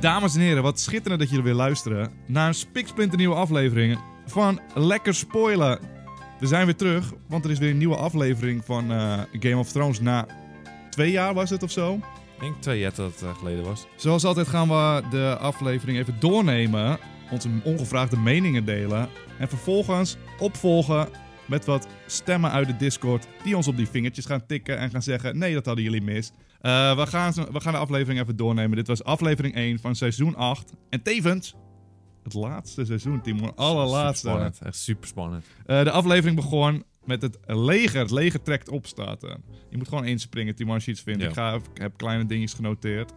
Dames en heren, wat schitterend dat jullie weer luisteren naar een spiksplinternieuwe aflevering van Lekker Spoilen. We zijn weer terug, want er is weer een nieuwe aflevering van eh, Game of Thrones na twee jaar was het of zo. Ik denk twee jaar dat het eh, geleden was. Zoals altijd gaan we de aflevering even doornemen, onze ongevraagde meningen delen en vervolgens opvolgen met wat stemmen uit de Discord die ons op die vingertjes gaan tikken en gaan zeggen: nee, dat hadden jullie mis. Eh, we, gaan, we gaan de aflevering even doornemen. Dit was aflevering 1 van seizoen 8 en tevens het laatste seizoen, Timon, allerlaatste. Super spannend. Echt super spannend. Eh, de aflevering begon met het leger. Het leger trekt op, staat er. Je moet gewoon inspringen, Timon, als je iets vindt. Ja. Ik ga, ik heb kleine dingetjes genoteerd.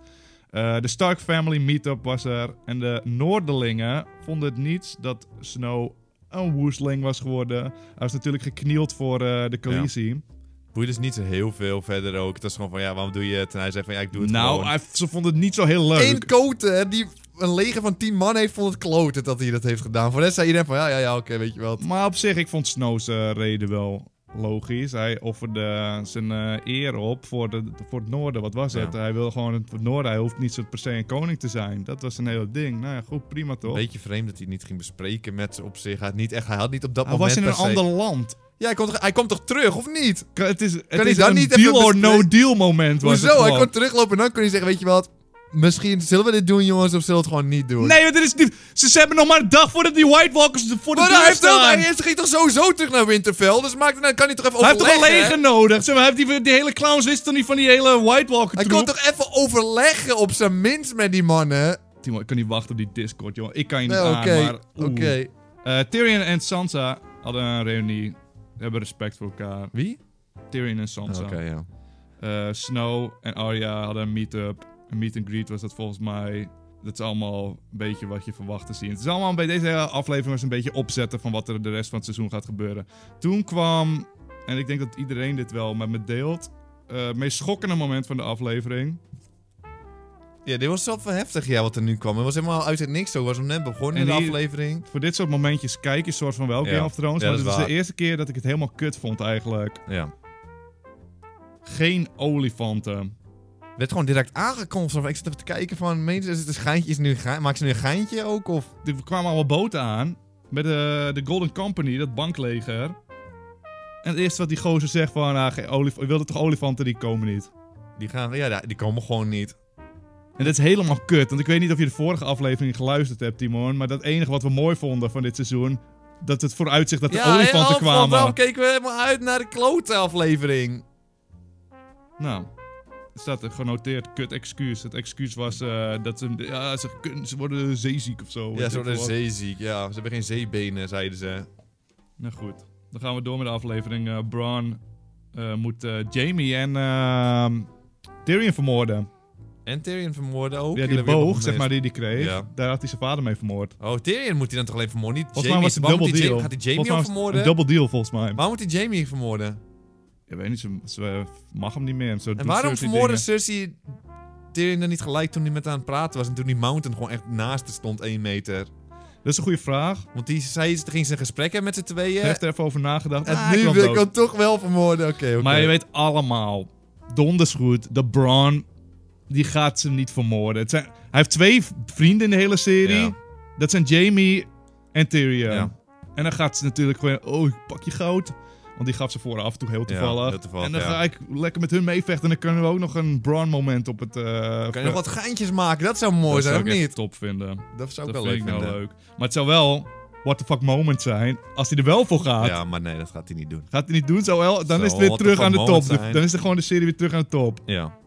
Eh, de Stark Family Meetup was er. En de Noorderlingen vonden het niets dat Snow een woesteling was geworden. Hij was natuurlijk geknield voor eh, de Khaleesi. Boeit dus niet zo heel veel verder ook. Het is gewoon van, ja, waarom doe je het? En hij zegt van, ja, ik doe het nou, gewoon. hij- ze vonden het niet zo heel leuk. Eén koter die een leger van 10 man heeft, vond het kloten dat hij dat heeft gedaan. Voor de rest zei iedereen van, ja, ja, ja, oké, weet je wel. Maar op zich, ik vond Snow's eh, reden wel logisch. Hij offerde eh, zijn eh, eer op voor, de, voor het noorden. Wat was Ja. het? Hij wil gewoon het, het noorden. Hij hoeft niet zo per se een koning te zijn. Dat was een hele ding. Nou ja, goed, prima toch? Een beetje vreemd dat hij het niet ging bespreken met ze op zich. Hij had, niet echt, hij had niet op dat hij moment was in een per se- ander land. Ja, hij komt, toch, hij komt toch terug, of niet? K- Het is, het hij is dan een niet even deal or bespreken? no deal moment. Was het Hoezo? Hij gewoon. kon teruglopen en dan kon hij zeggen, weet je wat, misschien zullen we dit doen, jongens, of zullen we het gewoon niet doen? Nee, want dit is niet... Ze ze hebben nog maar een dag voordat die White Walkers de- voor de maar hij, deur heeft wel, staan. hij is- ging toch sowieso terug naar Winterfell, dus maakt het, nou, kan hij toch even Hij heeft toch overleggen? een leger nodig? Zeg maar, hij heeft die, die hele clowns wist toch niet van die hele White Walker Hij troep? kon toch even overleggen op zijn minst met die mannen? Timo, ik kan niet wachten op die Discord, jongen. Ik kan je niet Nee, aan, oké, maar... oeh. oké. Eh, Tyrion en Sansa hadden een reunie. Ze hebben respect voor elkaar. Wie? Tyrion en Oh, Oké, Sansa. ja. Eh, Snow en Arya hadden een meet-up. Een meet-and-greet was dat volgens mij. Dat is allemaal een beetje wat je verwacht te zien. Het is allemaal bij deze hele aflevering was een beetje opzetten van wat er de rest van het seizoen gaat gebeuren. Toen kwam, en ik denk dat iedereen dit wel met me deelt, eh, het meest schokkende moment van de aflevering. Ja, dit was zo heftig, ja, wat er nu kwam. Het was helemaal uit het niks zo. was hem net begonnen En in de hier- aflevering. Voor dit soort momentjes kijk je soort van wel Ja. Game of Thrones, Ja, maar dat dit is is de waar. eerste keer dat ik het helemaal kut vond eigenlijk. ja. Geen olifanten. Werd gewoon direct aangekondigd. Ik zit even te kijken van, meen ze, is het een geintje? Is het nu een gein- Maakt ze nu een geintje ook? Of? Er kwamen allemaal boten aan. Met eh, de Golden Company, dat bankleger. En het eerste wat die gozer zegt van... Ah, geen olif- je wilde toch olifanten, die komen niet. Die gaan, ja, die komen gewoon niet. En dat is helemaal kut. Want ik weet niet of je de vorige aflevering geluisterd hebt, Timon. Maar dat enige wat we mooi vonden van dit seizoen... Dat het vooruitzicht dat de olifanten kwamen. Daarom keken we helemaal uit naar de klote aflevering. Nou, het staat er genoteerd. Kut excuus. Het excuus was eh, dat ze... Ja, ze, kun- ze worden zeeziek of zo. weet Ja, ik ze worden wat. zeeziek. Ja, ze hebben geen zeebenen, zeiden ze. Nou goed, dan gaan we door met de aflevering. Eh Bran eh, moet eh, Jamie en ehm, Tyrion vermoorden. En Tyrion vermoorden ook. ja, Jullie die hebben boog, nog zeg maar, gemist. die die kreeg. Ja. Daar had hij zijn vader mee vermoord. Oh, Tyrion moet hij dan toch alleen vermoorden? Niet Volgens Jamie. mij was het een Waarom double moet deal. hij Jamie- Gaat hij Jamie Volgens mij al was het vermoorden? Een double deal, volgens mij. Waarom moet hij Jamie vermoorden? Ik weet niet, ze, ze mag hem niet meer. Zo En waarom vermoorden Cersei Tyrion dan niet gelijk toen hij met haar aan het praten was? En toen die mountain gewoon echt naast haar stond, één meter. Dat is een goede vraag. Want die, zij ging zijn gesprek hebben met z'n tweeën. Hij heeft er even over nagedacht. en Ah, ik nu wil wil ik dood. hem toch wel vermoorden. Oké, oké. Maar je weet allemaal, donders goed, dat Bran, die gaat ze niet vermoorden. Het zijn, hij heeft twee v- vrienden in de hele serie. Ja. Dat zijn Jamie en Tyrion. Ja. En dan gaat ze natuurlijk gewoon, oh, ik pak je goud. Want die gaf ze voor af en toe heel toevallig. heel toevallig, en dan ja. ga ik lekker met hun meevechten. En dan kunnen we ook nog een Bran-moment op het... eh, Kan je nog ver- wat geintjes maken? Dat zou mooi dat zijn, zou of ik echt niet? top vinden. Dat zou ik dat wel leuk vind ik vinden. wel leuk. Maar het zou wel what the fuck moment zijn als hij er wel voor gaat. ja, maar nee, dat gaat hij niet doen. Gaat hij niet doen, zo wel, dan Zo, is het weer what the terug fuck aan de top. moment De- zijn. dan is er gewoon de serie weer terug aan de top. Ja.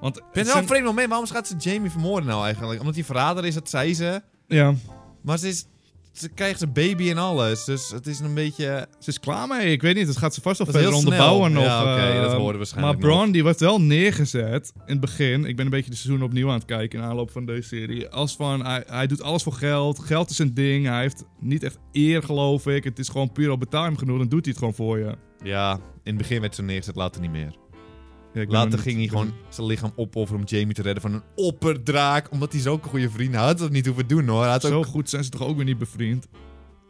Want het Ik vind het wel zijn- een vreemd moment. Waarom gaat ze Jamie vermoorden nou eigenlijk? Omdat hij verrader is, dat zei ze. Ja, Maar ze, is, ze krijgt zijn baby en alles. Dus het is een beetje... ze is klaar mee. Ik weet niet, het gaat ze vast wel Dat is verder heel snel. onderbouwen nog. Ja, oké, eh, dat horen we waarschijnlijk Maar nog. Bron, die werd wel neergezet in het begin. Ik ben een beetje de seizoen opnieuw aan het kijken in aanloop van deze serie. Als van, hij, hij doet alles voor geld. Geld is een ding. Hij heeft niet echt eer, geloof ik. Het is gewoon puur op betaal hem genoeg. Dan doet hij het gewoon voor je. Ja, in het begin werd ze neergezet, later niet meer. Ja, ik ben Dus Later er niet- ging hij ik ben- gewoon zijn lichaam opofferen om Jamie te redden van een opperdraak. Omdat hij zo'n goede vriend had. Hij had. Dat niet hoeven doen hoor. Hij had Zo ook... goed zijn ze toch ook weer niet bevriend.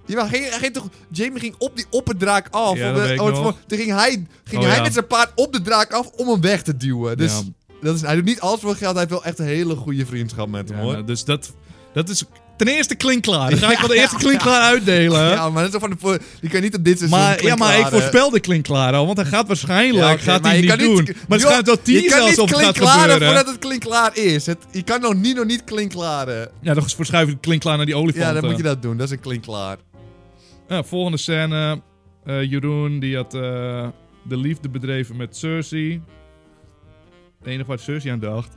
Ja, maar ging, hij ging toch... Jamie ging op die opperdraak af. Ja, om dat de- weet ik om het nog. voor- toen ging hij, ging Oh, hij ja. met zijn paard op de draak af om hem weg te duwen. Dus Ja. Dat is, hij doet niet alles voor geld, hij heeft wel echt een hele goede vriendschap met hem, Ja, hoor. nou, dus dat, dat is ten eerste klinkklaar. Dan ga ik wel de eerste klinkklaar uitdelen. Ja, maar dat is toch van de... voor- Die kan je niet op dit seizoen maar, ja, maar ik klinkklaren. voorspel de klinkklaar al, want hij gaat waarschijnlijk Ja, oké, gaat maar hij je niet kan doen. maar het joh, schijnt dat je die kan zelfs niet of het gaat klinkklaren gebeuren. voordat het klinkklaar is. Het, je kan nog niet nog niet klinkklaren. Ja, dan verschuif ik de klinkklaar naar die olifant. Ja, dan moet eh. je dat doen. Dat is een klinkklaar. Ja, volgende scène. eh, Jeroen die had eh, de liefde bedreven met Cersei. Het enige waar Cersei aan dacht.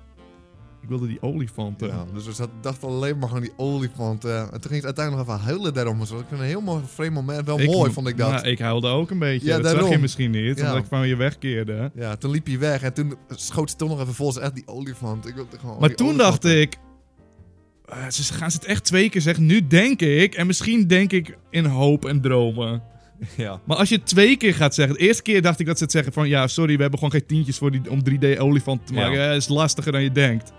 Ik wilde die olifanten. Ja, dus we zat- dachten alleen maar gewoon die olifanten. En toen ging ze uiteindelijk nog even huilen daarom. Dus dat was een heel mooi frame moment. Wel mooi, vond ik dat. Nou, ik huilde ook een beetje. Ja, dat zag je daarom. misschien niet, Ja. omdat ik van je wegkeerde. Ja, toen liep hij weg en toen schoot ze toch nog even vol. Ze Echt die olifant. Ik wilde gewoon Maar Oh, die toen olifant. dacht ik... eh, ze gaan ze het echt twee keer zeggen. Nu denk ik, en misschien denk ik in hoop en dromen. Ja. Maar als je het twee keer gaat zeggen... De eerste keer dacht ik dat ze het zeggen van... Ja, sorry, we hebben gewoon geen tientjes voor die, om 3D-olifant te Ja. maken. Ja. is lastiger dan je denkt.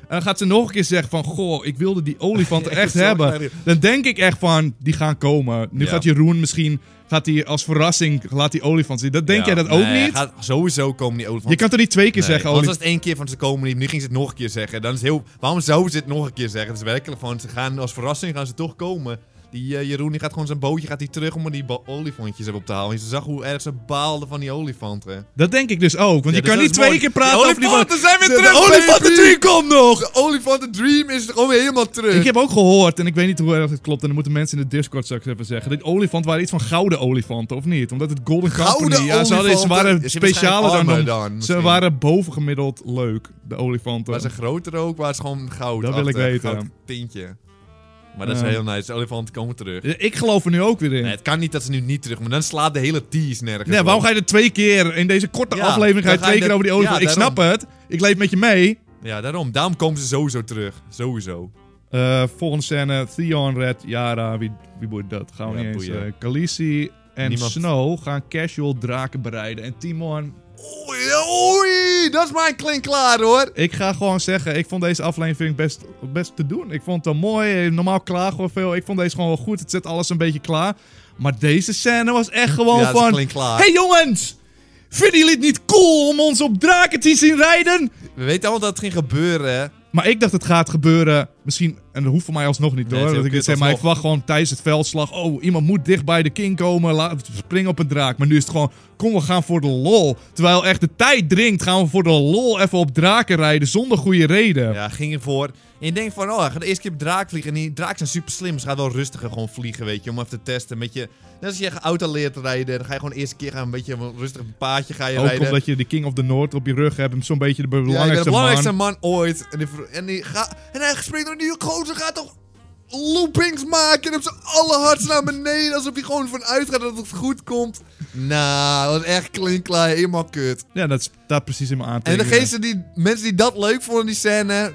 En dan gaat ze nog een keer zeggen van... Goh, ik wilde die olifant echt Zo hebben. erg. Dan denk ik echt van, die gaan komen. Nu Ja. gaat Jeroen misschien... Gaat hij als verrassing... Laat die olifant zien. Dat denk Ja. jij dat ook Nee, niet? gaat- sowieso komen die olifant. Je kan toch niet twee keer Nee, zeggen oh, want olifant? als het één keer van ze komen niet, nu ging ze het nog een keer zeggen. Dan is heel, waarom zou ze het nog een keer zeggen? Het is werkelijk van, ze gaan, als verrassing gaan ze toch komen. Die eh, Jeroen die gaat gewoon zijn bootje gaat die terug om die ba- olifantjes op te halen. En ze zag hoe erg ze baalden van die olifanten. Dat denk ik dus ook. Want Ja, je dus kan dat niet is twee mooi. keer praten Die over die... olifanten zijn weer De terug, olifanten baby! team komt nog! De olifanten dream is gewoon weer helemaal terug. Ik heb ook gehoord, en ik weet niet hoe erg het klopt, en dan moeten mensen in de Discord straks even zeggen. Dit olifant waren iets van gouden olifanten, of niet? Omdat het Golden Gouden Company... Ja, ze, hadden, ze olifanten. waren Ze hebben specialer dan... waarschijnlijk dan- armen dan, ze misschien. waren bovengemiddeld leuk, de olifanten. Waar ze groter ook, waar is gewoon goud Dat wil ik achter, weten. goud tintje. Maar dat is Ja. heel nice. De olifanten komen terug. Ja, Ik geloof er nu ook weer in. Nee, Nee, het kan niet dat ze nu niet terug, maar dan slaat de hele tease nergens op. waarom ga je er twee keer... In deze korte Ja, aflevering ga je dan ga twee je keer dat- over die olifant. ja, ik snap het. Ik leef met je mee. Ja, daarom. Daarom komen ze sowieso terug. Sowieso. Eh, volgende scène, Theon, Red, Yara, wie, wie boeit dat? Gaan we Ja, niet eens. boeien. eh Khaleesi en Niemand- Snow gaan casual draken bereiden. En Timon, Oei, oei, dat is mijn klink klaar hoor. ik ga gewoon zeggen, ik vond deze aflevering best, best te doen. Ik vond het wel mooi, eh, normaal klagen we veel. Ik vond deze gewoon wel goed, het zet alles een beetje klaar. Maar deze scène was echt gewoon Ja, dat is Oh, van... klink klaar. hey jongens, vinden jullie het niet cool om ons op draken te zien rijden? We weten allemaal dat het ging gebeuren. hè. Maar ik dacht het gaat gebeuren. Misschien, en dat hoeft voor mij alsnog niet Nee, hoor. het is Dat ik heel dit zeg, kut maar ik alsnog. verwacht gewoon tijdens het veldslag. Oh, iemand moet dicht bij de king komen. Laat, spring op een draak. Maar nu is het gewoon, kom we gaan voor de lol. Terwijl echt de tijd dringt, gaan we voor de lol even op draken rijden. Zonder goede reden. Ja, ging ervoor. En je denkt van, oh, hij gaat de eerste keer op draak vliegen. En die draak zijn super slim. Ze gaat wel rustiger gewoon vliegen, weet je. Om even te testen. Met je, net als je auto leert rijden. Dan ga je gewoon de eerste keer gaan een beetje op een rustig paadje gaan je Ook rijden. omdat je de king of the north op je rug hebt. Hem zo'n beetje de Ja, je bent belangrijkste de man. belangrijkste man, ooit. En, die, ver- en, die ga, en hij springt door die gozer gaat toch loopings maken en op zijn allerhardst naar beneden. Alsof hij gewoon vanuit gaat dat het goed komt. Nou, dat is echt klinkklaar. Helemaal kut. Ja, dat staat precies in mijn En aantekeningen. degene die, mensen die dat leuk vonden, die scène,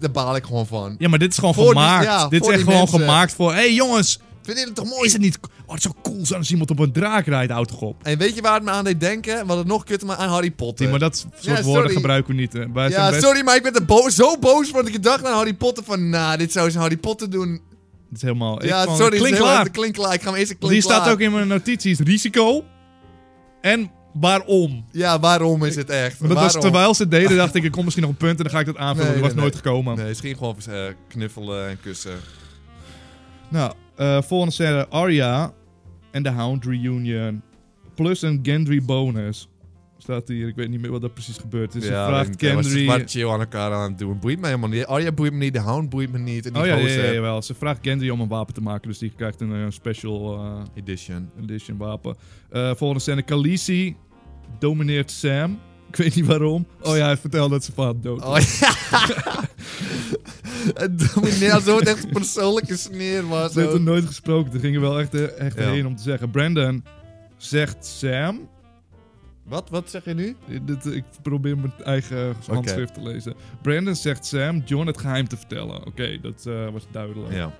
daar baal ik gewoon van. Ja, maar dit is gewoon Voor die- gemaakt. ja, dit is voor echt die gewoon mensen. gemaakt voor... Hé hey, jongens, Vind je het toch mooi? is het niet... Oh, het zou cool zijn als iemand op een draak rijdt, houd toch op. En weet je waar het me aan deed denken? Wat het nog kutter me aan Harry Potter. Tim, maar dat soort Eh, Ja, woorden sorry. gebruiken we niet. hè. Wij zijn ja, best- sorry, maar ik werd er bo- zo boos van dat ik dacht aan Harry Potter van, nou, dit zou eens Harry Potter doen. Dat is helemaal. ik Ja, vond- sorry, Klinkt klaar. Klinkt klaar. Ik ga hem eerst een Die klinkklaar- staat ook in mijn notities. Risico. En waarom? Ja, waarom is het echt? Want dat was waarom? terwijl ze het deden, dacht ik, er komt misschien nog een punt en dan ga ik dat aanvullen. Nee, dat was nee, nooit gekomen. Nee, misschien gewoon eh, knuffelen en kussen. Nou, eh, volgende scène: Arya en de Hound Reunion. Plus een Gendry bonus. Staat hier, ik weet niet meer wat dat precies gebeurt. Dus ze vraagt Gendry. Wat chill aan elkaar aan het doen. Boeit mij helemaal niet. Arya boeit me niet, de hound boeit me niet. En die Oh ja, ja, gozer. ja, jawel. Ze vraagt Gendry om een wapen te maken. Dus die krijgt een eh, special eh, Edition. edition wapen. Eh, volgende scène: Khaleesi domineert Sam. Ik weet niet waarom. Oh ja, hij vertelde dat ze vader dood was. Oh ja. Het domineert alsof het echt een persoonlijke sneer was. Ze hebben ook. nooit gesproken. Er gingen wel echt, eh, echt Ja. heen om te zeggen. Brandon zegt Sam. Wat, wat zeg je nu? Eh, dit, eh, ik probeer mijn eigen handschrift te lezen. Brandon zegt Sam, John het geheim te vertellen. Oké, dat eh, was duidelijk. Ja.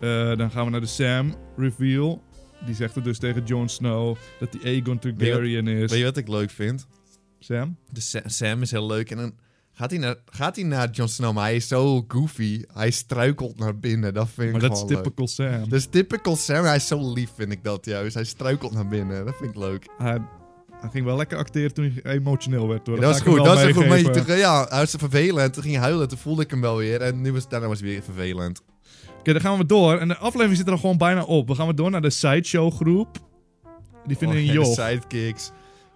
Eh, dan gaan we naar de Sam reveal. Die zegt het dus tegen Jon Snow dat die Aegon Targaryen is. Weet je wat ik leuk vind? Sam? De Sa- Sam is heel leuk. En dan gaat hij naar, gaat hij naar Jon Snow, maar hij is zo goofy. Hij struikelt naar binnen. Dat vind Maar ik dat is gewoon leuk. typical Sam. Dus typical Sam, hij is zo lief, vind ik dat juist. Hij struikelt naar binnen, dat vind ik leuk. Hij Hij ging wel lekker acteren toen hij emotioneel werd. Hoor. dat is ga ik goed, hem wel dat is goed. Maar je- meegeven. toen- ja, hij was vervelend. En toen ging hij huilen, toen voelde ik hem wel weer. En nu was, daarna was hij weer vervelend. Oké, dan gaan we door. En de aflevering zit er al gewoon bijna op. We gaan we door naar de sideshow groep. Die vinden Oh, in ja, de Joch. Oh. sidekicks.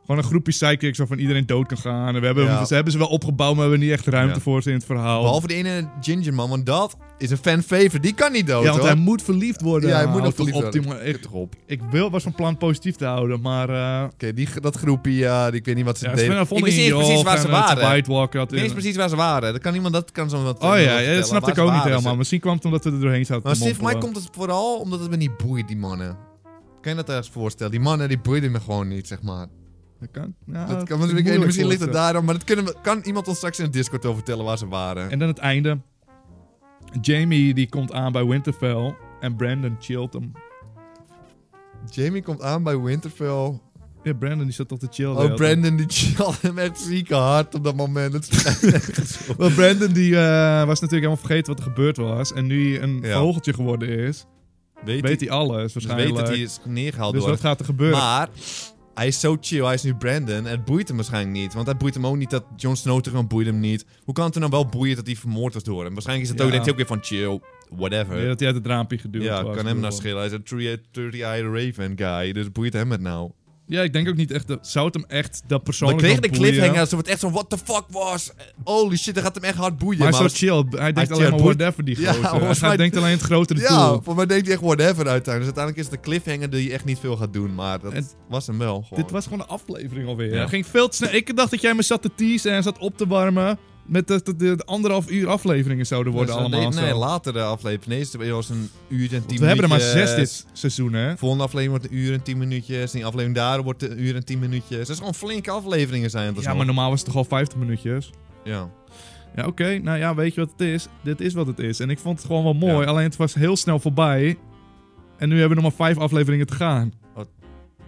Gewoon een groepje sidekicks waarvan iedereen dood kan gaan. En we hebben, Ja. ze hebben ze wel opgebouwd, maar we hebben niet echt ruimte Ja. voor ze in het verhaal. Behalve die ene Gingerman, want dat is een fanfavor. Die kan niet dood, ja, want hoor. hij moet verliefd worden. Ja, hij moet Houd nog toch verliefd op, worden. die man. Ik, Zit erop. ik wil, was van plan positief te houden, maar... eh Oké, die dat groepje, ja, die- ik weet niet wat ze ja, deden. Sven Ik vond wist niet eens precies waar ze waren. Ik eh, White Walker had weet niet eens in- precies waar ze waren. Dat kan iemand, dat kan zo wat Oh ja, ja, dat snap snapte ik ook niet helemaal. Misschien kwam het omdat we er doorheen zaten dus- Maar te Steve, mij mompelen. komt het vooral omdat het me niet boeit, die mannen. Kan je dat ergens voorstellen? Die mannen, die boeiden me gewoon niet, zeg maar. Dat kan, ja, dat kan, is misschien moeilijk misschien ligt het voorstellen. daarom, maar dat kunnen we, kan iemand ons straks in het Discord over vertellen waar ze waren. En dan het einde. Jamie die komt aan bij Winterfell en Brandon chillt hem. Jamie komt aan bij Winterfell. Ja, Brandon die zat toch te chillen. Oh, Brandon, die chillt hem echt zieke hard op dat moment. Dat is echt zo. Wel, Brandon die eh, was natuurlijk helemaal vergeten wat er gebeurd was. En nu hij een Ja. vogeltje geworden is, Weet, weet hij alles dus weet waarschijnlijk. dat hij is neergehaald dus door wat gaat er gebeuren? Maar hij is zo chill, hij is nu Brandon. Het boeit hem waarschijnlijk niet. Want het boeit hem ook niet dat Jon Snow terug kwam, boeit hem niet. Hoe kan het hem nou wel boeien dat hij vermoord was door hem? Waarschijnlijk is het Ja. ook, denkt hij ook weer van chill, whatever. Ja, dat hij uit het raampje geduwd ja, was. kan hem bedoel. nou schillen. Hij is een 30-eyed raven guy, dus boeit hem het nou. Ja, ik denk ook niet echt. Dat, zou het hem echt dat Dan persoonlijk kreeg de dan boeien? cliffhanger alsof het echt zo what the fuck was. Holy shit, dat gaat hem echt hard boeien. Maar Maar hij is als- zo chill. Hij denkt chill, alleen maar boeit- whatever die Ja, grote. hij volgens gaat- mij- denkt alleen het grotere ja, doel. voor mij denkt hij echt whatever uiteindelijk. Dus uiteindelijk is het de cliffhanger die echt niet veel gaat doen. Maar dat Het- was hem wel gewoon. Dit was gewoon een aflevering alweer. Ja. Het ging veel te snel. Ik dacht dat jij me zat te teasen en zat op te warmen. Met dat dat de anderhalf uur afleveringen zouden worden Dus, eh, allemaal. nee, en Nee, zo. later de aflevering. Nee, het was een uur en tien Want we hebben er maar minuutjes. zes dit seizoen, hè? Volgende aflevering wordt een uur en tien minuutjes. Die aflevering daar wordt een uur en tien minuutjes. Dat is gewoon flinke afleveringen zijn. Dat Ja, maar normaal was het toch al 50 minuutjes? ja. Ja, oké. Nou ja, weet je wat het is? Dit is wat het is. En ik vond het gewoon wel mooi. Alleen het was heel snel voorbij. En nu hebben we nog maar vijf afleveringen te gaan.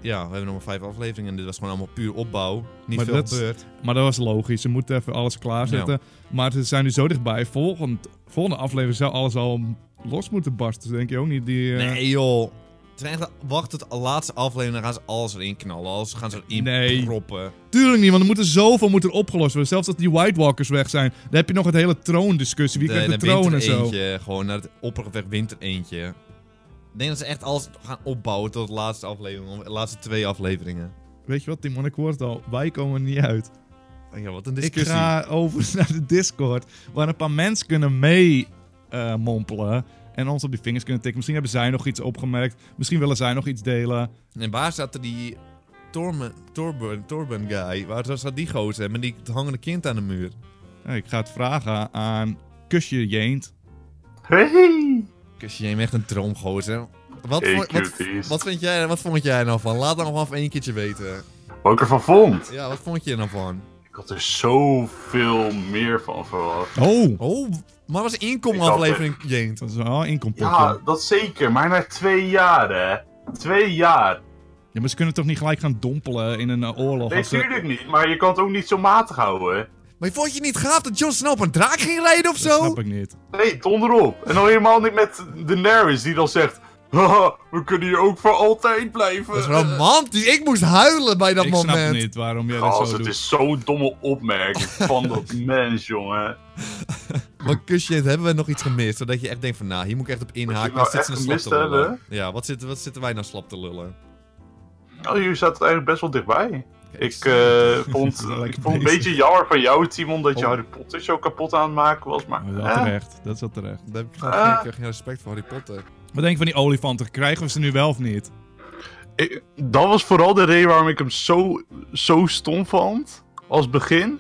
ja, we hebben nog maar vijf afleveringen. En dit was gewoon allemaal puur opbouw. Niet Maar veel dat- gebeurd. Maar dat was logisch. Ze moeten even alles klaarzetten. Maar ze zijn nu zo dichtbij. Volgend, volgende aflevering zou alles al los moeten barsten. Dus Denk je ook niet? Die, eh, Nee, joh. Het is echt- Wacht tot de laatste aflevering, dan gaan ze alles erin knallen. Alles gaan ze erin Nee. proppen. Tuurlijk niet, want er moet er zoveel moet er opgelost worden. Zelfs dat die White Walkers weg zijn. Dan heb je nog het hele troondiscussie. Wie krijgt de, troon en zo? wintereentje, Gewoon naar het oppergevecht winter eentje. Ik denk dat ze echt alles gaan opbouwen tot de laatste aflevering. of De laatste twee afleveringen. Weet je wat, Timon? Ik hoor het al. Wij komen er niet uit. Oh Ja, wat een Ik discussie. ga over naar de Discord. Waar een paar mensen kunnen mee eh, mompelen. En ons op die vingers kunnen tikken. Misschien hebben zij nog iets opgemerkt. Misschien willen zij nog iets delen. En waar zat er die Tormen, Torben, Torben guy? Waar zat die gozer met die hangende kind aan de muur? Nou, ik ga het vragen aan Kusje Jeent. Hey! Kus je hem echt een droomgozer? Wat, Hey, vond- wat, cuties. wat, vind jij, wat vond jij er nou van? Laat dat nog wel even één keertje weten. Wat ik ervan vond. Ja, wat vond je er nou van? Ik had er zoveel meer van verwacht. Oh! Oh, maar was een inkomaflevering, inkomaflevering, Jeent. Dat is wel een compotje. Ja, Ja. dat zeker, maar na twee jaar, hè? Twee jaar. maar ze kunnen toch niet gelijk gaan dompelen in een eh, oorlog? Nee, als ze- tuurlijk niet, maar je kan het ook niet zo matig houden. Maar vond je niet gaaf dat Jon Snow op een draak ging rijden of Dat zo? snap ik niet. Nee, donderop. En dan helemaal niet met Daenerys, die dan zegt... Haha, we kunnen hier ook voor altijd blijven. Dat is romantisch. Ik moest huilen bij dat ik moment. snap niet waarom jij dat Gast, zo het doet. is zo'n domme opmerking van dat mens, jongen. Maar kusje, hebben we nog iets gemist? Zodat je echt denkt van, nou, hier moet ik echt op inhaken. nou Wat zitten echt ze nou slap te gemist lullen? hebben? Ja, wat zitten, wat zitten wij nou slap te lullen? Nou, jullie zaten eigenlijk best wel dichtbij. Ik, eh, vond, ik Lekker vond een bezig. beetje jammer van jou, Timon, dat je Oh. Harry Potter zo kapot aan het maken was. Maar, Dat is eh, wel terecht. Dat is wel terecht. Daar heb ik gewoon Ah. geen, geen respect voor Harry Potter. Wat denk je van die olifanten? Krijgen we ze nu wel of niet? Ik- dat was vooral de reden waarom ik hem zo, zo stom vond. Als begin.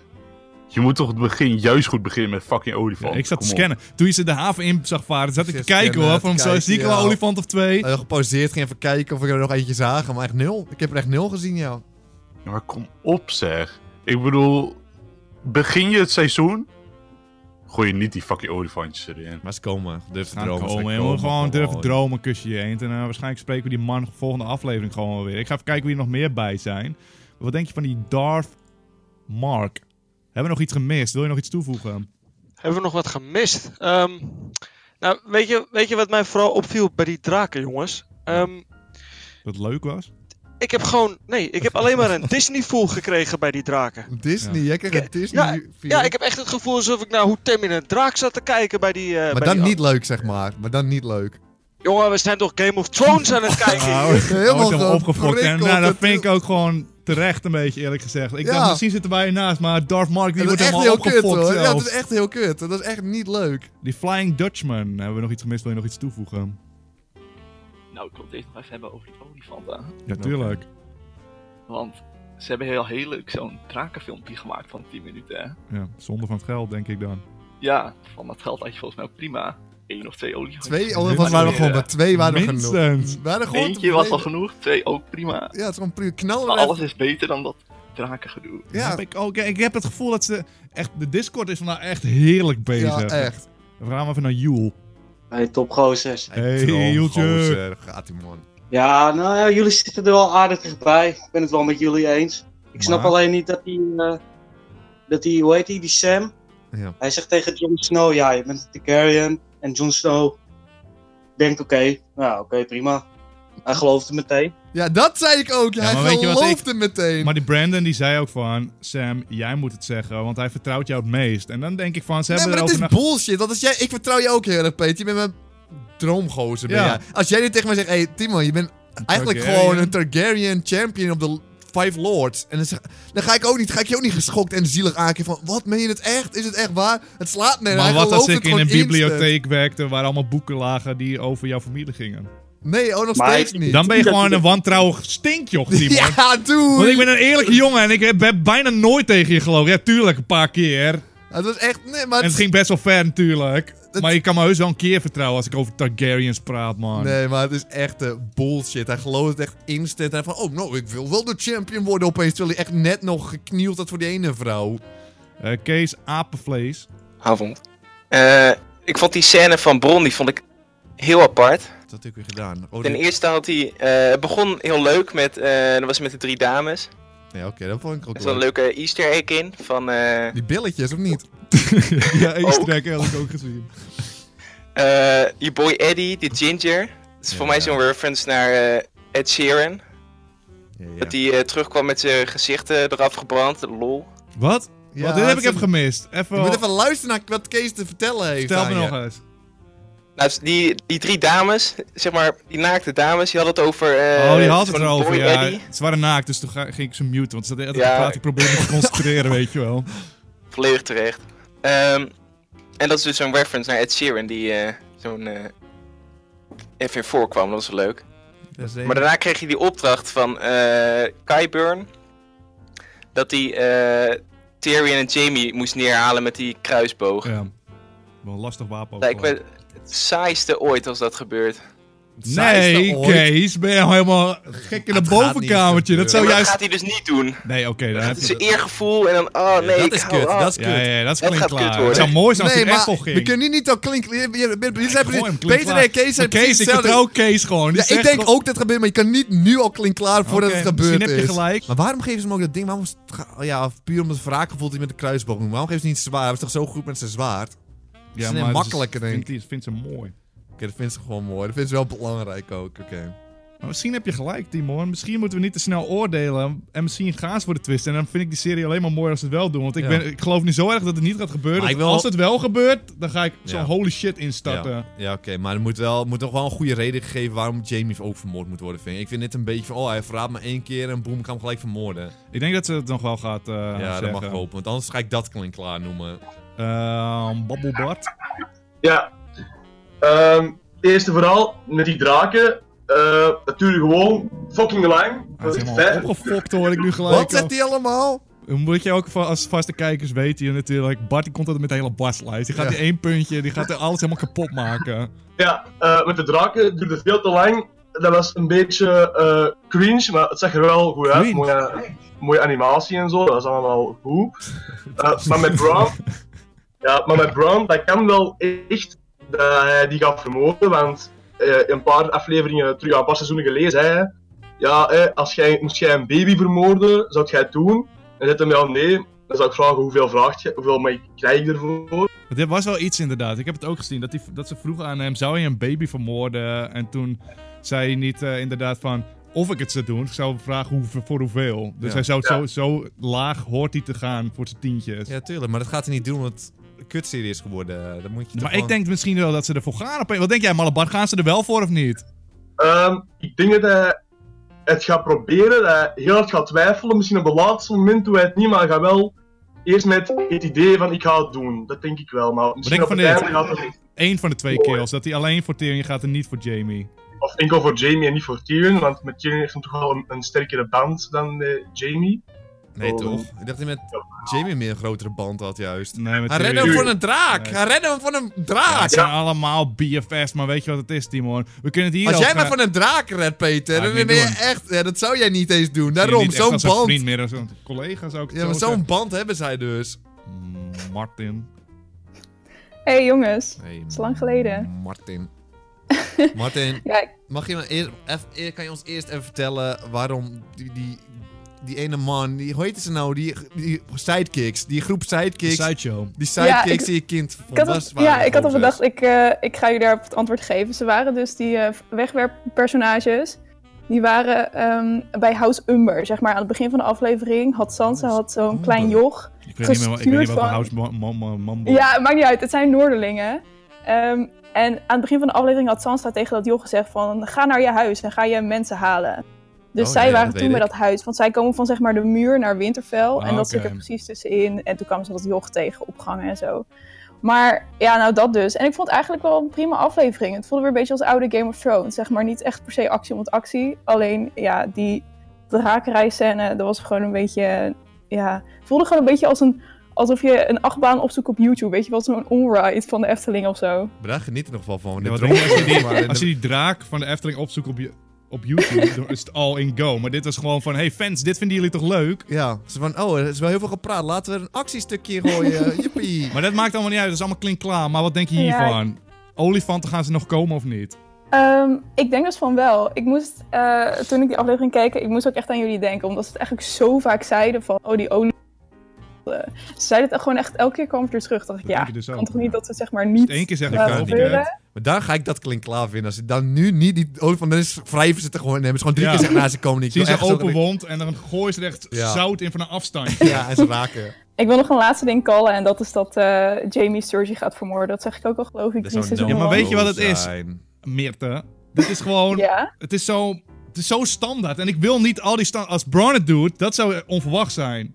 Je moet toch het begin juist goed beginnen met fucking olifant. ik zat te Kom op. scannen. Toen je ze de haven in zag varen, zat ik te Zit kijken scannen, hoor. Van, te zo, zie ik kijken, wel een ja. olifant of twee? Ik heb gepauzeerd, ging even kijken of ik er nog eentje zagen, maar echt nul. Ik heb er echt nul gezien, ja. Ja, maar kom op zeg. Ik bedoel, begin je het seizoen? Gooi je niet die fucking olifantjes erin. Maar ze komen. Durf te Gaan dromen. ze komen. Je moet gewoon durven dromen, kusje je eend. En eh, waarschijnlijk spreken we die man volgende aflevering gewoon wel weer. Ik ga even kijken wie er nog meer bij zijn. Wat denk je van die Darth Mark? Hebben we nog iets gemist? Wil je nog iets toevoegen? Hebben we nog wat gemist? Ehm, nou, weet je, weet je wat mij vooral opviel bij die draken, jongens? Ehm, Dat leuk was? Ik heb gewoon. Nee, ik heb alleen maar een Disney-voel gekregen bij die draken. Disney, jij krijgt een Disney. Ja, feel. ja, ik heb echt het gevoel alsof ik naar hoe Tim in een draak zat te kijken bij die. eh, bij maar dan die- niet leuk, zeg maar. Maar dan niet leuk. Jongen, we zijn toch Game of Thrones aan het kijken. Nou, hier? Helemaal hem gewoon opgefokt. En eh, prikkeld nou, dat natuurlijk. vind ik ook gewoon terecht een beetje, eerlijk gezegd. Ik Ja. dacht, misschien zitten wij ernaast, maar Darth Mark die Dat wordt is echt helemaal heel kut, opgefokt hoor. Ja, zelf. dat is echt heel kut. Dat is echt niet leuk. Die Flying Dutchman, hebben we nog iets gemist? Wil je nog iets toevoegen? Nou, ik wil het even nog even hebben over die olifanten. Ja, tuurlijk. Want ze hebben heel, heel leuk zo'n drakenfilmpje gemaakt van 10 minuten. Hè? Ja, zonde van het geld, denk ik dan. Ja, van dat geld had je volgens mij ook prima. Eén of twee olifanten. Twee, oh, volgens mij waren we Minstens. gewoon bij twee waren er genoeg. Minstens. We waren gewoon Eentje was al tevreden. genoeg, twee ook prima. Ja, het is gewoon prima. Knal Maar er alles even. is beter dan dat drakengedoe. Heb Ja, ik, ook, ik heb het gevoel dat ze... Echt, de Discord is vandaag echt heerlijk bezig. ja, echt. We gaan maar even naar Joel. Hey, topgozers. Hey, Droom, Joeltje. gozer. Gaat ie, man. Ja, nou ja, jullie zitten er wel aardig dichtbij. Ik ben het wel met jullie eens. Ik snap Maar? alleen niet dat die, eh, dat die, hoe heet die, die Sam? Ja. Hij zegt tegen Jon Snow, ja, je bent een Targaryen. En Jon Snow denkt, oké, nou oké, prima. Hij gelooft het meteen. Ja, dat zei ik ook. maar Hij weet je wat geloofde meteen. Maar die Brandon die zei ook van... Sam, jij moet het zeggen, want hij vertrouwt jou het meest. En dan denk ik van, ze Nee, hebben maar dat erover is na- bullshit. Dat is jij, ik vertrouw je ook heel erg, Peter. Je bent mijn droomgozer. Ben Ja. jij. Als jij nu tegen mij zegt, hey, Timo, je bent eigenlijk Targaryen. gewoon een Targaryen champion op de Five Lords. En dan, zeg- dan ga ik ook niet, ga ik je ook niet geschokt en zielig aankijken van, wat meen je het echt? Is het echt waar? Het slaat me. Maar Hij wat als gelooft ik het in gewoon een instant. bibliotheek werkte waar allemaal boeken lagen die over jouw familie gingen? Nee, ook nog Maar steeds ik- niet. Dan ben je gewoon een wantrouwig stinkjoch, Timon. Ja, doe. Want ik ben een eerlijke jongen en ik heb heb bijna nooit tegen je gelogen. Ja, tuurlijk, een paar keer. Het was echt, nee, maar... En het ging best wel ver natuurlijk. Het- Maar je kan me heus wel een keer vertrouwen als ik over Targaryens praat, man. Nee, maar het is echt eh, bullshit. Hij gelooft het echt instant. En hij van, oh, nou, ik wil wel de champion worden opeens. Terwijl hij echt net nog geknield had voor die ene vrouw. Eh, Kees, apenvlees. avond. Eh, ik vond die scène van Bron, die vond ik heel apart. Dat had ik weer gedaan. Oh, Ten die- eerste had hij, eh, het begon heel leuk met, eh dat was met de drie dames. Ja, oké, dat vond ik Er ook zat wel. een leuke easter egg in van, eh, Die billetjes, of niet? ja, Oh. één Ook. strek heb ik ook gezien. eh, je boy Eddie, de ginger. Dat is voor Ja. mij zo'n reference naar eh, Ed Sheeran. Ja, ja. Dat hij eh, terugkwam met zijn gezicht eh, eraf gebrand, lol. Wat? Ja, Wat, Oh, dit heb ik ze- even gemist. Je Even, moet even luisteren naar wat Kees te vertellen heeft vertel aan me je. nog eens. Nou, die, die drie dames, zeg maar, die naakte dames, die hadden het over... eh, oh, die had het zo'n erover, boy ja. Eddie. Ze waren naakt, dus toen ga- ging ik ze muten. Want ze hadden Ja. ja. ik probeerde me te concentreren, weet je wel. Volledig terecht. Ehm, en dat is dus zo'n reference naar Ed Sheeran die eh, zo'n eh even in voorkwam. Dat was wel leuk. Dat is Maar even- daarna kreeg je die opdracht van eh Kyburn. Dat hij eh Tyrion en Jamie moest neerhalen met die kruisboog. Ja. Wel een lastig wapen ook. Lijkt wel. me het saaiste ooit als dat gebeurt. Oh, Het saaiste Nee, ooit. Kees, ben je nou helemaal gek in een Het gaat niet bovenkamertje? Dat gebeuren. zou maar dat juist... gaat hij dus niet doen. Nee, oké, dan heb Het is je... een eergevoel en dan, oh nee, dat is ik kut, hou af. dat is kut. Ja, ja, ja, dat is Dat klink gaat kut klaar. worden. Het zou mooi zijn als Nee, hij echt maar wel we ging. kunnen hier niet al klinken. Je- je- je- je- zei Gooi precies- hem klink Peter klaar. en Kees Maar zijn Kees, ik vertrouw Kees gewoon. Die Ja, ik zegt denk gewoon- ook dat het gebeurt, maar je kan niet nu al klink klaar voordat Oké, het gebeurd misschien heb je is. gelijk. Maar waarom geven ze hem ook dat ding? Waarom is het ga- ja, puur om het wraakgevoel die met de kruisboog noemt. Waarom geven ze niet zwaar? Hij was toch zo goed met zijn zwaard? Oké, Ja, is net maar makkelijker, denk vindt, ik. vindt ze mooi. dat vindt ze gewoon mooi. Dat vindt ze wel belangrijk ook. Oké. Maar misschien heb je gelijk, Timon. Misschien moeten we niet te snel oordelen. En misschien gaan ze voor de twist. En dan vind ik die serie alleen maar mooi als ze het wel doen. Want ik, Ja. ben, ik geloof nu zo erg dat het niet gaat gebeuren. Maar ik dat wil- Als het wel gebeurt, dan ga ik zo'n Ja. holy shit instarten. Ja, ja oké, maar er moet, wel, moet nog wel een goede reden gegeven waarom Jamie ook vermoord moet worden, vind ik. Ik vind dit een beetje van, oh, hij verraadt me één keer en boem, ik kan hem gelijk vermoorden. Ik denk dat ze het nog wel gaat eh ja, dat mag ik wel. hopen, want anders ga ik dat klink klaar noemen. Ehm, Babbelbart. Ja. Ehm, eerst en vooral, met die draken. eh, natuurlijk gewoon fucking lang. Hij Ah, is helemaal Ver- opgefokt, hoor ik nu gelijk. Wat zegt hij allemaal? Dan Moet je ook va- als vaste kijkers weten, je natuurlijk. Bart die komt altijd met de hele Bartlijst. Die gaat Ja. die één puntje, die gaat er alles helemaal kapot maken. Ja, eh, met de draken duurde veel te lang. Dat was een beetje eh cringe, maar het zag er wel goed uit. Cringe. Mooie, mooie animatie en zo, dat is allemaal goed. Eh, maar met Brown, ja, maar met Brown, dat kan wel echt dat hij die gaat vermoorden, want eh, een paar afleveringen terug, ja, een paar seizoenen gelezen, hij, ja, eh, als jij, moest jij een baby vermoorden, zou jij het doen? En zegt hem wel nee. Dan zou ik vragen hoeveel, vraagt je, hoeveel mag ik- krijg ik ervoor? Want Dit was wel iets inderdaad. Ik heb het ook gezien. Dat, die, dat ze vroegen aan hem, zou je een baby vermoorden? En toen zei hij niet eh, inderdaad van... of ik het zou doen. Ik zou vragen hoe, voor hoeveel. Dus hij zou het zo, zo laag hoort hij te gaan voor zijn tientjes. Ja, tuurlijk, maar dat gaat hij niet doen, omdat het een kutserie is geworden. Dan moet je toch maar ik gewoon- denk misschien wel dat ze ervoor gaan. opeens. Wat denk jij, Malabar? Gaan ze er wel voor of niet? Ehm, ik denk dat hij het gaat proberen, dat hij heel hard gaat twijfelen. Misschien op het laatste moment doet hij het niet, maar hij gaat wel eerst met het idee van ik ga het doen. Dat denk ik wel, maar misschien denk op je het van einde dit? gaat het... Eén van de twee kills. Dat hij alleen voor Tyrion gaat en niet voor Jamie. Of enkel voor Jamie en niet voor Tyrion, want met Tyrion heeft hem toch wel een, een sterkere band dan eh, Jamie. Nee, Oh. toch? Ik dacht dat hij met Jamie meer een grotere band had, juist. Nee, met Hij redde Tyrion- hem voor een draak! Nee. Hij redde hem voor een Ja, draak! het zijn allemaal BFS, maar weet je wat het is, Timon? We kunnen het hier Als ook, jij eh, maar van een draak redt, Peter, Ja, dan niet ben je doen. echt... Ja, dat zou jij niet eens zien doen. je Daarom, niet echt zo'n als een band. vriend meer, als een collega zou ik het Ja, maar zo zo'n zeggen. band hebben zij dus. Mm, Martin. hey, jongens. Nee, is lang geleden. Martin. Martin, Ja, ik- mag je maar eerst, eff- eer- kan je ons eerst even vertellen waarom die, die, die ene man, die, hoe heette ze nou, die, die sidekicks, die groep sidekicks, Sideshow. die Ja, sidekicks ik- die je kind ik had, volgens al, ja, ik had al bedacht, ik, eh, ik ga jullie daarop het antwoord geven. Ze waren dus die eh, wegwerppersonages. Die waren ehm, bij House Umber, zeg maar. Aan het begin van de aflevering had Sansa had zo'n klein Umber. joch. Ik weet niet meer wat- ik weet niet wat Gestuurd een van- house mo- mo- mo- mambo... Ja, het maakt niet uit. Het zijn Noorderlingen. Ehm, en aan het begin van de aflevering had Sansa tegen dat joch gezegd van... Ga naar je huis en ga je mensen halen. Dus Oh, zij ja, waren dat toen weet bij dat huis. Want zij komen van zeg maar de muur naar Winterfell. en dat oké. zit er precies tussenin. En toen kwamen ze dat joch tegen opgangen en zo. Maar ja, nou dat dus. En ik vond het eigenlijk wel een prima aflevering. Het voelde weer een beetje als oude Game of Thrones. Zeg maar niet echt per se actie om het actie. Alleen ja, die drakenrijscène, dat was gewoon een beetje... Ja, het voelde gewoon een beetje als een, alsof je een achtbaan opzoekt op YouTube. Weet je wel, zo'n onride van de Efteling of zo. Maar daar geniet er nog wel van. Ja, De wat droom- denk je als je die- maar in Als je de- die draak van de Efteling opzoekt op, je, op YouTube, dan is het all in go. Maar dit was gewoon van, hey fans, dit vinden jullie toch leuk? Ja, ze van, oh, er is wel heel veel gepraat, laten we er een actiestukje in gooien, jippie. Maar dat maakt allemaal niet uit, dat is allemaal klinkklaar. Maar wat denk je Ja, ik- hiervan? Olifanten gaan ze nog komen of niet? Ehm, ik denk dus van wel. Ik moest, eh, toen ik die aflevering keek, ik moest ook echt aan jullie denken. Omdat ze het eigenlijk zo vaak zeiden van, oh die olie... Eh, Ze zeiden het echt gewoon echt, elke keer kwam het weer terug. dacht ik, Dat ja, denk ik dus ook, kan toch ja. niet dat ze het zeg maar niet... Eén keer zeggen, eh, ik kan het niet. hè? gebeuren? Maar daar ga ik dat klinkklaar vinden. Als ik dan nu niet die olifant... Dan is wrijven ze het er gewoon... Nee, maar ze gewoon drie Ja. keer zeggen, nou, ze komen niet. Ik Zie wil ze echt zo- open wond en dan gooi ze er echt Ja. zout in van een afstand. Ja, en ze raken. Ik wil nog een laatste ding callen en dat is dat eh, Jamie Sturgey gaat vermoorden. Dat zeg ik ook al geloof ik. Dat zou drie seizoenen Ja, maar lang. weet je wat het is? zijn. Mirte, dit is gewoon... Ja, Het is zo... Het is zo standaard. En ik wil niet al die standaard... Als Bronn het doet, dat zou onverwacht zijn.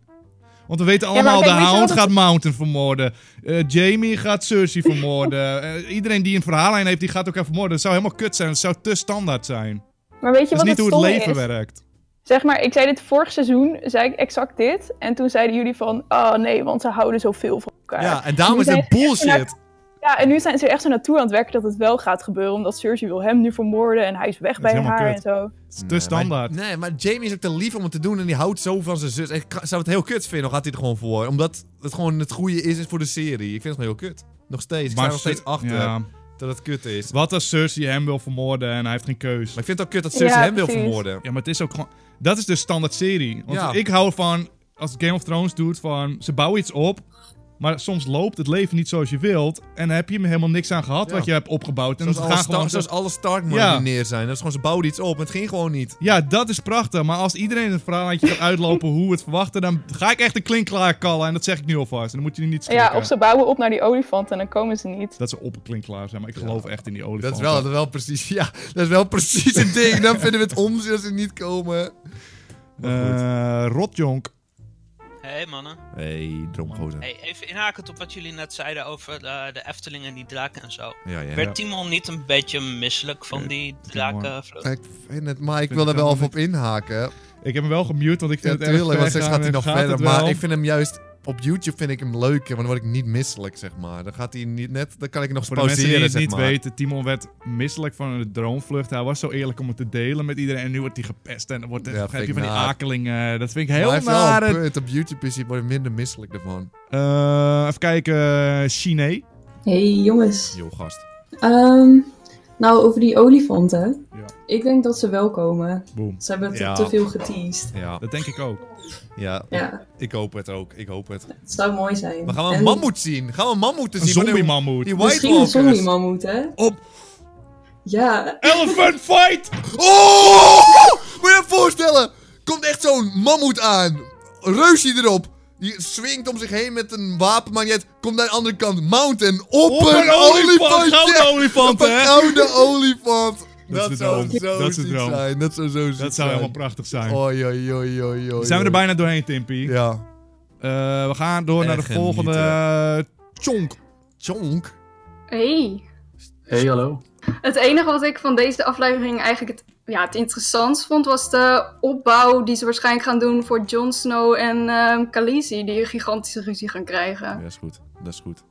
Want we weten maar allemaal, kijk, weet de je wat Hound het- gaat Mountain vermoorden. Eh, Jamie gaat Cersei vermoorden. Eh, iedereen die een verhaallijn heeft, die gaat elkaar vermoorden. Dat zou helemaal kut zijn. Dat zou te standaard zijn. maar weet je Dat is niet wat hoe het stomme leven is? werkt. Zeg maar, ik zei dit vorig seizoen, zei ik exact dit. En toen zeiden jullie van, oh nee, want ze houden zoveel van elkaar. Ja, en daarom Nu is het zijn ze echt bullshit. Ja, en nu zijn ze er echt zo naartoe aan het werken dat het wel gaat gebeuren. Omdat Cersei wil hem nu vermoorden en hij is weg Dat is bij helemaal haar kut. en zo. Het is te Nee, maar- standaard. nee, maar Jamie is ook te lief om het te doen en die houdt zo van zijn zus. Ik ka- zou het heel kut vinden, al gaat hij er gewoon voor. Omdat het gewoon het goede is, is voor de serie. Ik vind het gewoon heel kut. Nog steeds. Ik sta er nog Cer- steeds achter ja. dat het kut is. Wat als Cersei hem wil vermoorden en hij heeft geen keus? Maar ik vind het ook kut dat Cersei Ja, hem wil precies. vermoorden. Ja, maar het is ook gewoon... Dat is de standaard serie. Want Ja. ik hou van, als Game of Thrones doet, van... Ze bouwen iets op, maar soms loopt het leven niet zoals je wilt. En dan heb je er helemaal niks aan gehad Ja. wat je hebt opgebouwd. En Zoals ze alle, gaan Star- gewoon... zoals alle Stark-mannen Ja. die neer zijn. Dat is gewoon, ze bouwden iets op en het ging gewoon niet. Ja, dat is prachtig. Maar als iedereen het verhaallijntje gaat uitlopen hoe we het verwachten... dan ga ik echt een klink klaar kallen. En dat zeg ik nu alvast. En dan moet je niet schrikken. Ja, of ze bouwen op naar die olifant en dan komen ze niet. Dat ze op een klink klaar zijn. Maar ik geloof echt in die olifant. Dat is, wel, dat, is wel precies, ja, dat is wel precies het ding. Dan vinden we het onzin als ze niet komen. Eh, Rotjonk. hey, mannen. hey, droomgozer. Hey, even inhakend op wat jullie net zeiden over eh, de Efteling en die draken en zo. Ja, ja. Werd Timon niet een beetje misselijk van Eh, die Timon. drakenvlucht? Ik vind het, maar ik Vind wil er ik wel wel even op inhaken. Ik heb hem wel gemute, want ik vind het erg Natuurlijk, want ver straks gaan gaat hij en nog gaat verder. het wel. Maar ik vind hem juist... Op YouTube vind ik hem leuker, want dan word ik niet misselijk, zeg maar. Dan gaat hij niet net... Dan kan ik nog Voor de mensen die pauzeren, het zeg niet maar. weten, Timon werd misselijk van een droomvlucht. Hij was zo eerlijk om het te delen met iedereen. En nu wordt hij gepest en dan wordt, Ja, heb vind je ik van die naar. akelingen. Dat vind ik Maar heel hij heeft wel naar. een punt. Op YouTube is hij word ik minder misselijk ervan. Eh, even kijken, Chine. hey, jongens. Yo, gast. nou, over die olifanten. Ja. Ik denk dat ze wel komen. Boom. Ze hebben Ja. te veel geteased. Ja, Dat denk ik ook. ja. Ja, Ik hoop het ook. Ik hoop het. het zou mooi zijn. Maar gaan we een mammoet zien? Gaan we mammoeten Een zien? Van die- zombie mammoet. Die White Walkers. mammoet, hè? Op. Ja, Elephant fight! Oh! Maar voorstellen! Komt echt zo'n mammoet aan. Reusie erop. Die swingt om zich heen met een wapenmagnet. Komt naar de andere kant. Mountain op, Op een olifant, gouden olifant, Op een hè? gouden olifant. Dat is Dat de zou droom. zo Dat is de ziek droom. zijn. Dat zou zo ziek zijn. Dat zou helemaal prachtig zijn. Oi, oi, oi, oi, oi, Zijn we er oi. bijna doorheen, Timpy? Oh, Ja. Eh, we gaan door naar de Echt volgende. Chonk. Chonk? Hey. Hey, hallo. Het enige wat ik van deze aflevering eigenlijk het, ja, het interessantst vond, was de opbouw die ze waarschijnlijk gaan doen voor Jon Snow en ehm Khaleesi, die een gigantische ruzie gaan krijgen. Ja, is goed. Dat is goed.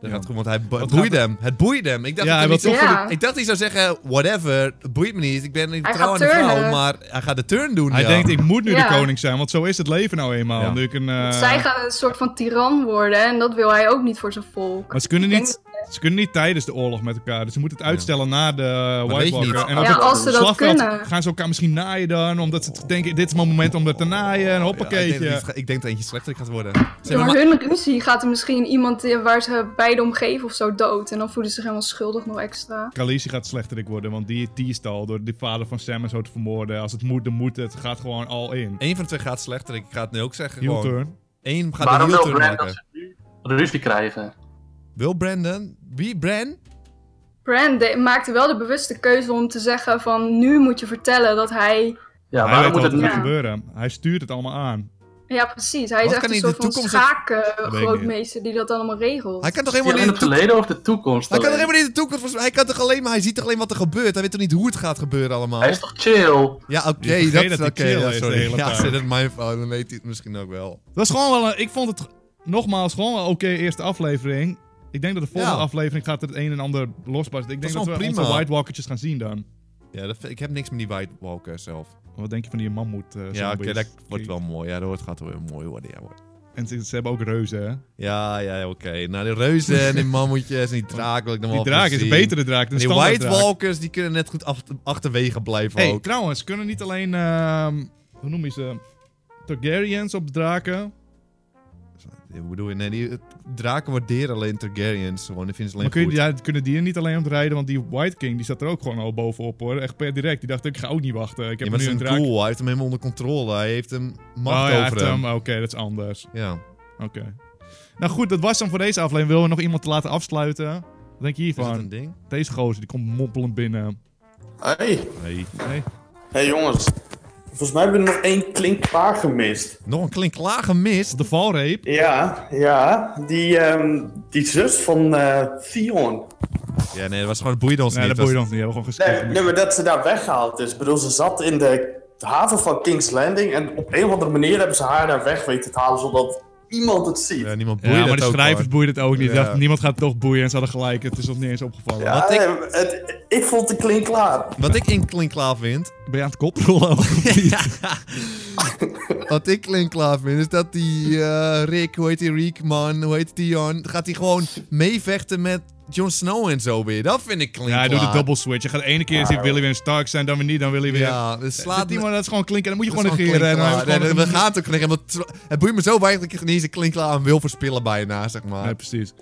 Dat gaat goed, want hij bo- Wat het gaat boeide er- hem. Het boeide hem. Ik dacht, Ja, dat hij hij wil niet- toch voor de- ik dacht dat hij zou zeggen, whatever, het boeit me niet. Ik ben niet Hij trouw aan gaat de vrouw, turnen. maar hij gaat de turn doen. Hij ja. denkt, ik moet nu Ja. de koning zijn, want zo is het leven nou eenmaal. Nu ik een, eh, Zij gaan een soort van tiran worden en dat wil hij ook niet voor zijn volk. Maar ze kunnen, Ik niet, ze kunnen niet tijdens de oorlog met elkaar. Dus ze moeten het uitstellen na de eh, weet White je Walker. niet. op Ja, het als ze dat slagveld kunnen. gaan ze elkaar misschien naaien dan. Omdat ze t- denken, dit is mijn moment om dat te naaien. En Ja, ik, denk dat hoppakeetje. hij sle- ik denk dat eentje slechter gaat worden. Zijn Door we la- hun ruzie gaat er misschien iemand eh, waar ze beide om geven of zo dood. En dan voelen ze zich helemaal schuldig nog extra. Khaleesi gaat slechterik worden, want die die is het al door de vader van Sam en zo te vermoorden. Als het moet, dan moet het. Het Gaat gewoon al in. Eén van de twee gaat slechter. Ik ga het nu ook zeggen. Heel gewoon. turn. Eén gaat Waarom de wil heel turn Brandon maken. ze nu ruzie krijgen? Wil Brandon? Wie? Bran? Bran de- maakte wel de bewuste keuze om te zeggen van nu moet je vertellen dat hij... Ja, hij waarom weet moet wat het er nu? gaat gebeuren. Hij stuurt het allemaal aan. Ja precies, hij Wat is kan echt een hij de soort van toekomst nog- Dat weet ik schaakgrootmeester die dat allemaal regelt. Hij kan toch helemaal niet in in het de toekomst... verleden of de toekomst? eh, Hij kan toch alleen? helemaal niet in de toekomst... voorzien? Hij kan toch alleen maar... Hij ziet toch alleen wat er gebeurt. Hij weet toch niet hoe het gaat gebeuren allemaal. Hij is toch chill? Ja, oké. Je vergeet dat dat is hij oké. chill ja, is de sorry. hele ja, tijd. zit het mijn fout. Dan weet hij het misschien ook wel. Dat is gewoon wel een... Ik vond het nogmaals gewoon wel een oké eerste aflevering. Ik denk dat de volgende Ja. aflevering gaat het een en ander losbarsten. Ik Dat denk is dat, wel we prima. onze White Walkertjes gaan zien dan. Ja, dat, vind- ik heb niks met die White Walker zelf. Wat denk je van die mammoet eh Ja, oké, zombies? dat wordt wel mooi. Ja, dat wordt- gaat wel mooi worden. Ja, hoor. En ze, ze hebben ook reuzen, hè? ja, ja oké. Nou, die reuzen en die mammoetjes en die draak wil ik dan wel Die draak even is een zien. betere draak dan En Oh, Die standaard White draak. Walkers, die kunnen net goed achter- achterwege blijven Hey, ook. trouwens, kunnen niet alleen, ehm, hoe noem je ze? Targaryens op draken. Ik bedoel, nee, die het- draken waarderen alleen Targaryens. Gewoon, die vinden ze Maar alleen kun je, goed. die- ja, kunnen die er niet alleen op rijden? Want die White King die zat er ook gewoon al bovenop hoor. Echt per direct. Die dacht, ik ga ook niet wachten. Ik Ja, heb maar nu het een is een draak. cool. Hij heeft hem helemaal onder controle. Hij heeft hem macht Oh ja, over het, hem. ehm, Oké, dat is anders. Ja. Oké. Nou goed, dat was dan voor deze aflevering. Willen we nog iemand laten afsluiten? Wat denk je Is dat een hiervan? ding? Deze gozer, die komt mompelend binnen. Hey. Hey. Hey. hey jongens. Volgens mij hebben we nog één klinkpaar gemist. Nog een klinklaar gemist? De valreep? Ja, ja. Die, ehm, die zus van eh Theon. Ja, nee, dat was gewoon, het boeide ons Nee, niet. dat boeit was- ons niet. We hebben gewoon Nee, gesproken. nee, maar dat ze daar weggehaald is. Ik bedoel, ze zat in de haven van King's Landing en op een of andere manier hebben ze haar daar weg weten te halen zodat iemand het ziet. Ja, niemand boeide Ja, maar het de ook schrijvers gewoon. boeien het ook niet. Ze Ja. dachten, niemand gaat het toch boeien. En ze hadden gelijk. Het is ons niet eens opgevallen. Ja, Wat ik- eh, het, ik vond de klink klaar. Wat ik in klinklaar vind... Ben je aan het koprollen? ook of niet? Wat ik klinkklaar vind, is dat die eh, Rick, hoe heet die Rick, man, hoe heet die Jon, gaat hij gewoon meevechten met Jon Snow en zo weer. Dat vind ik Ja, klinkklaar. hij doet de double switch. Je gaat de ene keer is hij wil hij weer een Stark zijn, dan weer niet, dan wil hij weer... Ja, dus slaat Die man, dat is gewoon klinken. Dan moet je dat is gewoon negeren. En dan klinkklaar. heb je gewoon Nee, een- we gaan het ook knikken. want het- Het boeit me zo weinig dat ik niet eens een klinkklaar aan wil verspillen bijna, zeg maar. Nee, precies.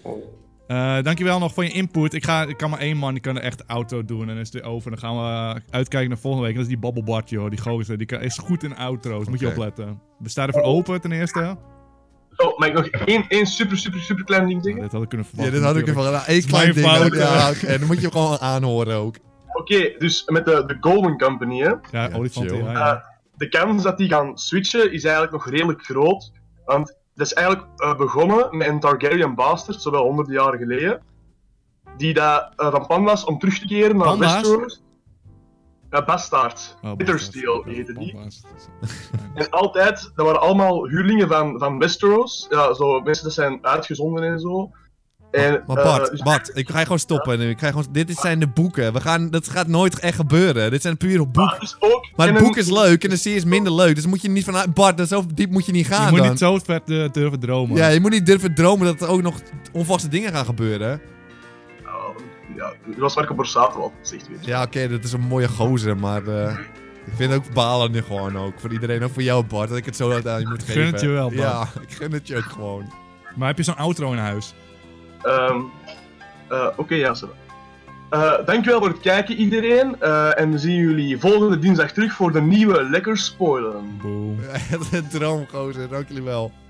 Eh, dankjewel nog voor je input. Ik, ga, ik kan maar één man, die kan er echt auto doen. En dan is het weer over. Dan gaan we eh, uitkijken naar volgende week. En dat is die Babbelbart, joh. Die gozer. Die kan, is goed in outro's. Moet je Oké. opletten. We staan ervoor open, ten eerste. Nou, Oh, mag ik nog één, één super, super, super klein ding zeggen? dat had ik kunnen Ja, verwachten. dit had ik natuurlijk. even gedaan. Eén is klein mijn ding. fout, dan- Ja, hè. oké, dan moet je hem gewoon aanhoren ook. Oké, dus met de, de Golden Company, hè. Ja, olifanten. chill. Ja, ja. Eh, de kans dat die gaan switchen is eigenlijk nog redelijk groot. Want dat is eigenlijk eh, begonnen met een Targaryen bastard, zowel honderden jaren geleden. Die dat, eh, van plan was om terug te keren naar Panda's? Westeros. Ja, bastaard. Oh, Bittersteel bastard. heette die. Bastard. En altijd, dat waren allemaal huurlingen van, van Westeros. Ja, zo, mensen dat zijn uitgezonden en zo. En, Maar eh, Bart, dus- Bart, ik ga je gewoon stoppen. nu. Ik ga je gewoon, dit, dit zijn de boeken. We gaan, dat gaat nooit echt gebeuren. Dit zijn puur boeken. Ah, dus ook Maar in het een- boek is leuk en de serie is minder leuk. Dus moet je niet vanuit. Bart, dat zo diep moet je niet gaan Je moet dan. niet zo vet eh, durven dromen. Ja, je moet niet durven dromen dat er ook nog onvaste dingen gaan gebeuren. Ja, dat was Marco Borsato al gezegd, weet je. Ja, oké, dat is een mooie gozer, maar. eh, ik vind het ook balen nu gewoon ook. Voor iedereen, ook voor jou, Bart, dat ik het zo uit aan je moet geven. Gun het je wel, Bart. Ja, ik gun het je ook gewoon. Maar heb je zo'n outro in huis? Ehm, eh, Oké, ja, zo. Eh, dankjewel voor het kijken iedereen. Eh, en we zien jullie volgende dinsdag terug voor de nieuwe Lekker Spoilen. Boom. Droomgozer, dank jullie wel.